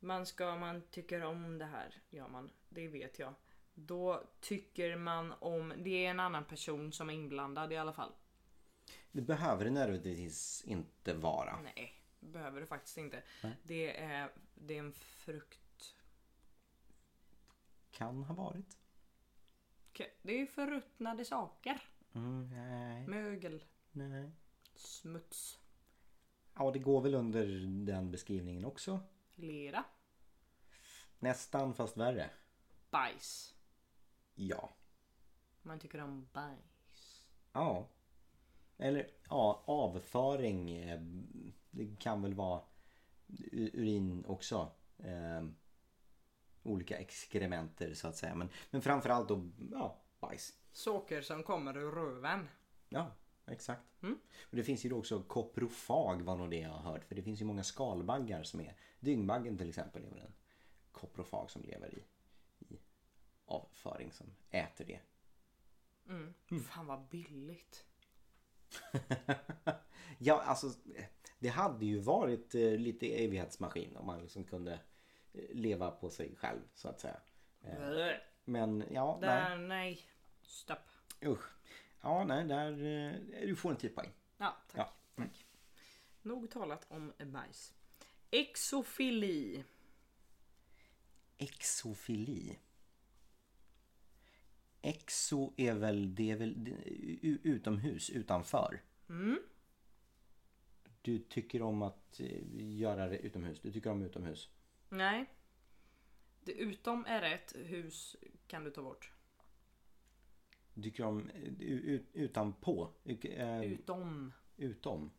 Speaker 2: man ska... Man tycker om det här, gör man. Det vet jag. Då tycker man om... Det är en annan person som är inblandad i alla fall.
Speaker 1: Det behöver det nödvändigtvis inte vara.
Speaker 2: Nej, behöver det faktiskt inte. Det, är, det är en frukt...
Speaker 1: Kan ha varit.
Speaker 2: Det är ju förruttnade saker.
Speaker 1: Mm, nej,
Speaker 2: Mögel,
Speaker 1: nej.
Speaker 2: smuts,
Speaker 1: Ja, det går väl under den beskrivningen också.
Speaker 2: lera,
Speaker 1: Nästan fast värre.
Speaker 2: bajs.
Speaker 1: Ja.
Speaker 2: Man tycker om bajs.
Speaker 1: Ja. Eller ja, avföring. eh, Det kan väl vara u- urin också. Eh, olika exkrementer så att säga. Men, men framförallt då ja, bajs.
Speaker 2: Saker som kommer ur röven.
Speaker 1: Ja, exakt. Och det finns ju då också koprofag var nog det jag har hört. För det finns ju många skalbaggar som är. Dyngbaggen till exempel är väl en koprofag som lever i, i avföring som äter det.
Speaker 2: Mm. Fan vad billigt.
Speaker 1: [LAUGHS] Ja, alltså det hade ju varit eh, lite evighetsmaskin om man liksom kunde eh, leva på sig själv så att säga. Eh,
Speaker 2: Bleh.
Speaker 1: Men ja, nej.
Speaker 2: Där, nej. Stopp.
Speaker 1: Usch. Ja, nej, där... eh, Du får en 10 poäng.
Speaker 2: Ja, tack.
Speaker 1: Ja. mm.
Speaker 2: tack. Nog talat om bajs. Exofili.
Speaker 1: Exofili. Exo är väl, det är väl det- u- utomhus, utanför.
Speaker 2: Mm.
Speaker 1: Du tycker om att eh, göra det utomhus. Du tycker om utomhus.
Speaker 2: Nej. Det utom är rätt, hus kan du ta bort.
Speaker 1: Du tycker om eh, u- ut- utanpå. U- eh,
Speaker 2: Utom.
Speaker 1: Utom.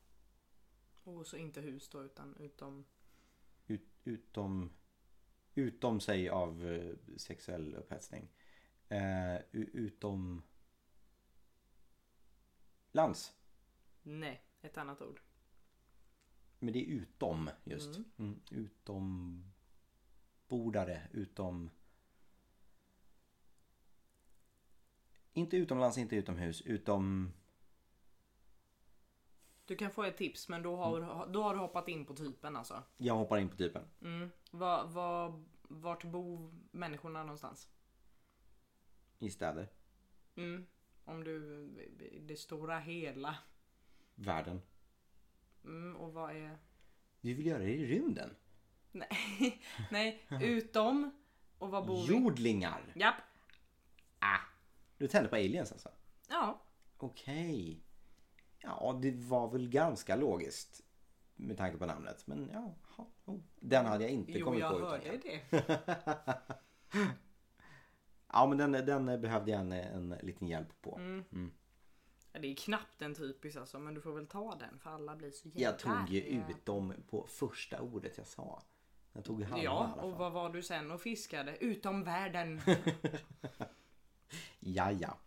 Speaker 2: Och så inte hus då utan utom.
Speaker 1: ut, utom, utom sig av eh, sexuell upphetsning. Eh, u- utom lands.
Speaker 2: Nej, ett annat ord.
Speaker 1: Men det är utom just. Mm. utom bordare, utom... Inte utomlands, inte utomhus, utom...
Speaker 2: Du kan få ett tips men då
Speaker 1: Mm.
Speaker 2: har, då har du hoppat in på typen alltså.
Speaker 1: Jag hoppar in på typen.
Speaker 2: Mm. Var, var, vart bor människorna någonstans?
Speaker 1: I städer.
Speaker 2: Mm. Om du, det stora hela.
Speaker 1: Världen.
Speaker 2: Mm, och vad är...
Speaker 1: Du vill göra det i rymden?
Speaker 2: [LAUGHS] Nej, nej utom. Och vad bor vi?
Speaker 1: Jordlingar!
Speaker 2: Japp.
Speaker 1: Ah. Du tänder på aliens alltså?
Speaker 2: Ja.
Speaker 1: Okej. Ja, det var väl ganska logiskt. Med tanke på namnet. Men ja, ja, oh. den hade jag inte
Speaker 2: Jo,
Speaker 1: kommit
Speaker 2: jag
Speaker 1: på utan
Speaker 2: hörde
Speaker 1: den.
Speaker 2: det.
Speaker 1: Ja, men den, den behövde jag en, en liten hjälp på.
Speaker 2: Mm. Ja, Det är knappt en typisk alltså, men du får väl ta den för alla blir så jävla
Speaker 1: Jag tog ju
Speaker 2: arga.
Speaker 1: ut dem på första ordet jag sa. Jag tog halva i alla
Speaker 2: Ja,
Speaker 1: fall.
Speaker 2: och vad var du sen och fiskade?
Speaker 1: [LAUGHS]
Speaker 2: Utom världen.
Speaker 1: Ja, ja.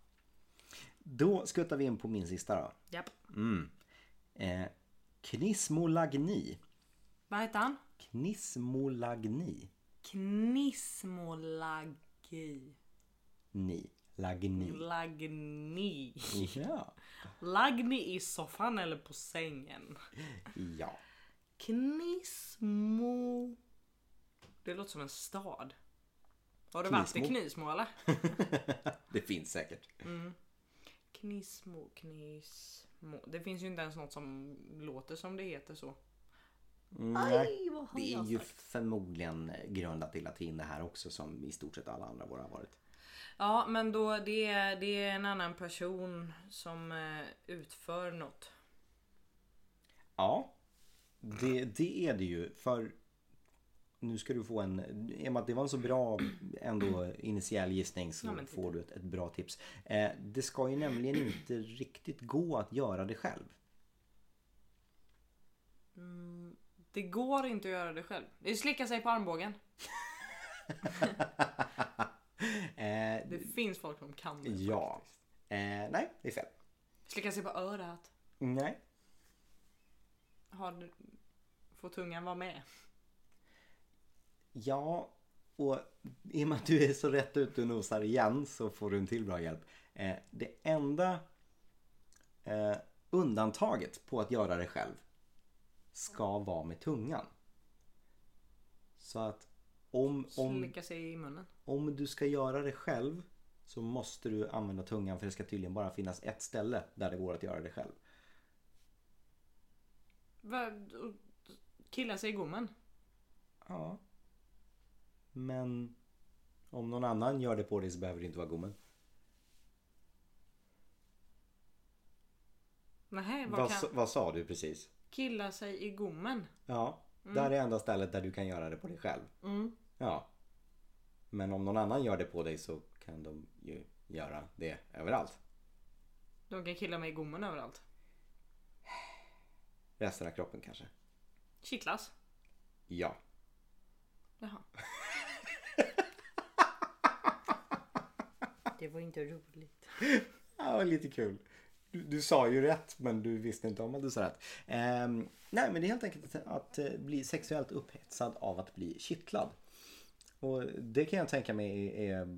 Speaker 1: Då skuttar vi in på min sista då.
Speaker 2: Japp.
Speaker 1: Eh, knismolagni.
Speaker 2: Vad hette han?
Speaker 1: Knismolagni.
Speaker 2: Knismolagi.
Speaker 1: Ni.
Speaker 2: Mm.
Speaker 1: Lagni.
Speaker 2: Lagni.
Speaker 1: Ja.
Speaker 2: Lagni i soffan eller på sängen.
Speaker 1: Ja. [LAUGHS]
Speaker 2: Knismo. Det låter som en stad. Har du varit i
Speaker 1: Knismo.
Speaker 2: Knismo eller?
Speaker 1: Det finns säkert.
Speaker 2: Knismo, knismo. Det finns ju inte ens något som låter som det heter så.
Speaker 1: Nej.
Speaker 2: Mm. vad har
Speaker 1: Det är
Speaker 2: jag
Speaker 1: ju
Speaker 2: sagt?
Speaker 1: förmodligen grundat i latin det här också som i stort sett alla andra våra har varit.
Speaker 2: Ja men då det är, det är en annan person som eh, utför något.
Speaker 1: Ja, det, det är det ju. För nu ska du få en... I och med att det var en så bra ändå initiell gissning så
Speaker 2: Ja, men titta.
Speaker 1: får du ett, ett bra tips. Eh, det ska ju nämligen inte riktigt gå att göra det
Speaker 2: [LAUGHS]
Speaker 1: själv.
Speaker 2: Det går inte att göra det själv. Det slickar sig på armbågen.
Speaker 1: Eh,
Speaker 2: Det finns folk som kan det
Speaker 1: ja.
Speaker 2: faktiskt.
Speaker 1: Eh, nej, det är fel.
Speaker 2: Slicka sig på örat.
Speaker 1: Nej.
Speaker 2: Har, du- får tungan vara med?
Speaker 1: Ja, och i och med att du är så rätt ute och nosar igen så får du en till bra hjälp. Eh, det enda eh, undantaget på att göra det själv ska vara med tungan. Så att om, om,
Speaker 2: Slicka sig i munnen.
Speaker 1: om du ska göra det själv så måste du använda tungan för det ska tydligen bara finnas ett ställe där det går att göra det själv.
Speaker 2: Va, och- killa sig i gommen.
Speaker 1: Ja. Men om någon annan gör det på dig så behöver det inte vara gommen.
Speaker 2: Nähä, vad
Speaker 1: Vad,
Speaker 2: kan...
Speaker 1: sa- vad sa du precis?
Speaker 2: Killa sig i gommen.
Speaker 1: Ja, där är enda stället där du kan göra det på dig själv.
Speaker 2: Mm.
Speaker 1: Ja. Men om någon annan gör det på dig så kan de ju göra det överallt.
Speaker 2: De kan killa mig i gommen överallt.
Speaker 1: Resten av kroppen kanske.
Speaker 2: Kittlas.
Speaker 1: Ja.
Speaker 2: Jaha. [LAUGHS] Det var inte roligt.
Speaker 1: Ja, vad lite kul. Du, du sa ju rätt men du visste inte om att du sa rätt. Ehm, nej men det är helt enkelt att, att eh, bli sexuellt upphetsad av att bli kittlad. Och det kan jag tänka mig är, är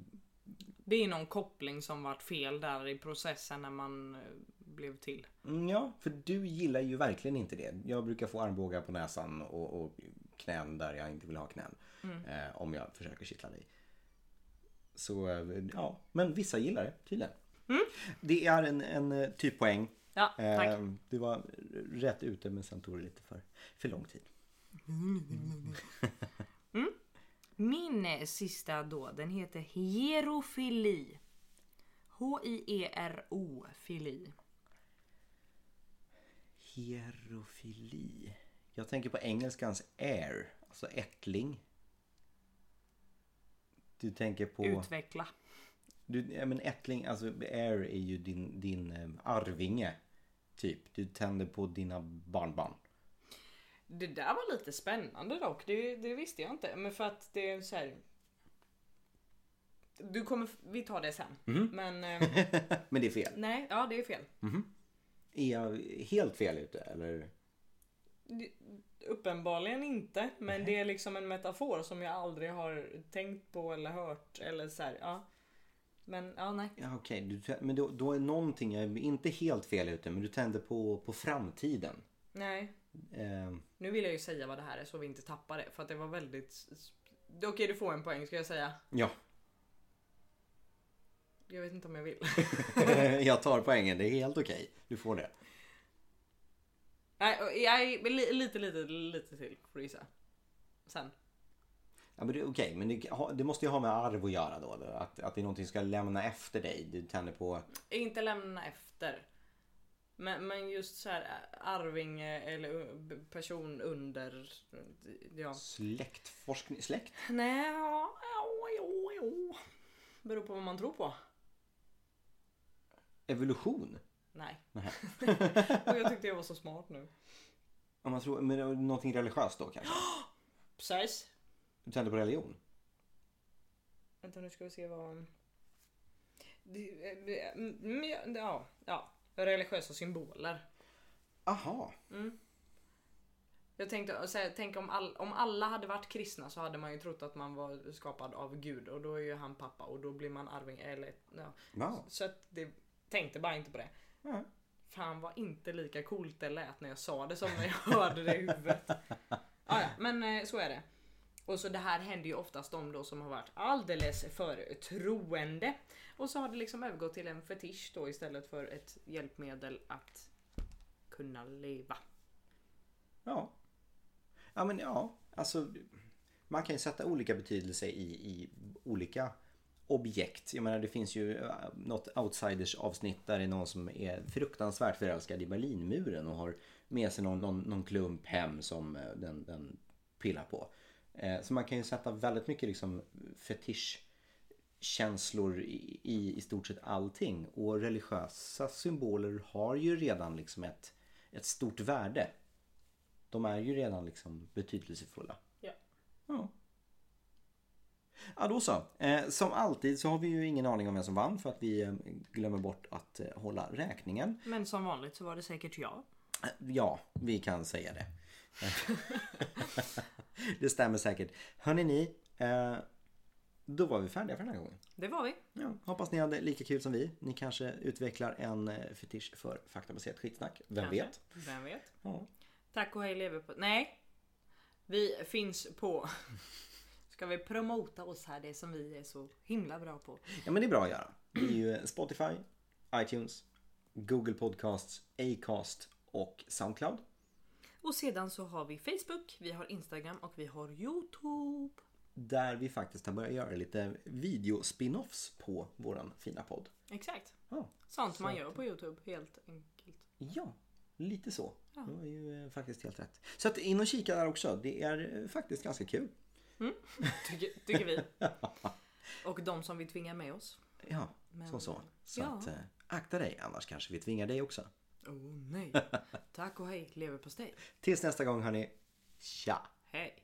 Speaker 2: Det är någon koppling som varit fel där i processen när man eh, blev till.
Speaker 1: Mm, Ja, för du gillar ju verkligen inte det. Jag brukar få armbågar på näsan och, och knän där jag inte vill ha knän. Eh, om jag försöker kittla dig. Så eh, ja, men vissa gillar det tydligen. Det är en, en eh, typ poäng.
Speaker 2: Ja, tack.
Speaker 1: Eh, du var rätt ute men sen tog det lite för, för lång tid.
Speaker 2: Min eh, sista då, den heter hierofili. H-I-E-R-O fili.
Speaker 1: Hierofili. Jag tänker på engelskans air, alltså ättling. Du tänker på...
Speaker 2: Utveckla.
Speaker 1: Du, ja, men ättling, alltså Air är ju din, din eh, arvinge. Typ, du tänder på dina barnbarn. [LAUGHS]
Speaker 2: Det där var lite spännande dock. Det, det visste jag inte. Men för att det är så här. Du kommer, vi tar det sen. Men eh, [LAUGHS]
Speaker 1: men det är fel.
Speaker 2: nej, ja det är fel.
Speaker 1: Är jag helt fel ute eller?
Speaker 2: Det- Uppenbarligen inte. Men det är liksom en metafor som jag aldrig har tänkt på eller hört. Eller så här, ja. Men ja, nej.
Speaker 1: Ja, Okej, du- men då, då är någonting, jag är inte helt fel ute, men du tänder på, på framtiden.
Speaker 2: Nej.
Speaker 1: Eh,
Speaker 2: Nu vill jag ju säga vad det här är så vi inte tappar det. För att det var väldigt... s- s- Okej, du får en poäng ska jag säga.
Speaker 1: ja, [LAUGHS]
Speaker 2: Jag vet inte om jag vill. [LAUGHS]
Speaker 1: jag tar poängen, det är helt okej. Du får det.
Speaker 2: nej, och jag, li- lite, lite, lite till får du gissa. Sen.
Speaker 1: Ja, men det, okej, men det, ha- det måste ju ha med arv att göra då. då. Att, att det är någonting du ska lämna efter dig. Du tänder på...
Speaker 2: Inte lämna efter. Men, men just så här arvinge eller u- person under. Ja.
Speaker 1: Släktforskning? Släkt?
Speaker 2: Nej, ja, ja, ja, ja. Beror på vad man tror på.
Speaker 1: Evolution?
Speaker 2: Nej.
Speaker 1: Nej.
Speaker 2: [LAUGHS] Och jag tyckte jag var så smart nu.
Speaker 1: Om man tror, men det var någonting religiöst då kanske?
Speaker 2: Precis.
Speaker 1: Du tänder på religion?
Speaker 2: Vänta nu ska vi se vad... Det- eh, det- mm, ja, Ja, ja. Religiösa symboler.
Speaker 1: Aha.
Speaker 2: Jag tänkte eh, säga, tänk om, all, om alla hade varit kristna så hade man ju trott att man var skapad av Gud och då är ju han pappa och då blir man arving eller ja.
Speaker 1: Wow.
Speaker 2: Så att det tänkte bara inte på det.
Speaker 1: Ja.
Speaker 2: Fan var inte lika coolt det lät när jag sa det som när jag [LAUGHS] hörde det i huvudet. Ah, ja, men eh, så är det. Och så det här händer ju oftast de då som har varit alldeles för troende. Och så har det liksom övergått till en fetisch då istället för ett hjälpmedel att kunna leva.
Speaker 1: Ja. Ja men ja, alltså man kan ju sätta olika betydelse i, i olika objekt. Jag menar det finns ju eh, något outsiders avsnitt där det är någon som är fruktansvärt förälskad i Berlinmuren och har med sig någon, någon, någon klump hem som eh, den, den pillar på. Eh, Så man kan ju sätta väldigt mycket liksom fetisch känslor i, i, i stort sett allting. Och religiösa symboler har ju redan liksom ett, ett stort värde. De är ju redan liksom betydelsefulla.
Speaker 2: Ja.
Speaker 1: Ja. Ja då så. Eh, som alltid så har vi ju ingen aning om vem som vann för att vi eh, glömmer bort att eh, hålla räkningen. Eh,
Speaker 2: Men som vanligt så var det säkert jag.
Speaker 1: Ja, vi kan säga det. Eh, [LAUGHS] det stämmer säkert. Hörrni ni, eh, då var vi färdiga för den här gången.
Speaker 2: Det var vi.
Speaker 1: Ja, hoppas ni hade lika kul som vi. Ni kanske utvecklar en eh, fetisch för faktabaserat skitsnack. Vem
Speaker 2: Kanske.
Speaker 1: vet?
Speaker 2: Vem vet?
Speaker 1: Ja.
Speaker 2: Tack och hej lever på... Nej! Vi finns på... [LAUGHS] Ska vi promota oss här, det som vi är så himla bra på?
Speaker 1: ja, men det är bra att göra. Det är ju eh, Spotify, iTunes, Google Podcasts, Acast och Soundcloud.
Speaker 2: Och sedan så har vi Facebook, vi har Instagram och vi har Youtube.
Speaker 1: Där vi faktiskt har börjat göra lite videospin-offs på våran fina podd.
Speaker 2: Exakt.
Speaker 1: Ja,
Speaker 2: Sånt man gör på Youtube, helt enkelt.
Speaker 1: ja lite så. Det var ju eh, faktiskt helt rätt. Så att in och kika där också. Det är eh, faktiskt ganska kul.
Speaker 2: Tycker,
Speaker 1: [LAUGHS]
Speaker 2: tycker vi. Och de som vi tvingar med oss.
Speaker 1: Ja, så så. Så
Speaker 2: ja.
Speaker 1: att, eh, akta dig annars kanske vi tvingar dig också.
Speaker 2: Åh oh, nej. [LAUGHS] Tack och hej leverpastej.
Speaker 1: Tills nästa gång hörni. Tja!
Speaker 2: Hej.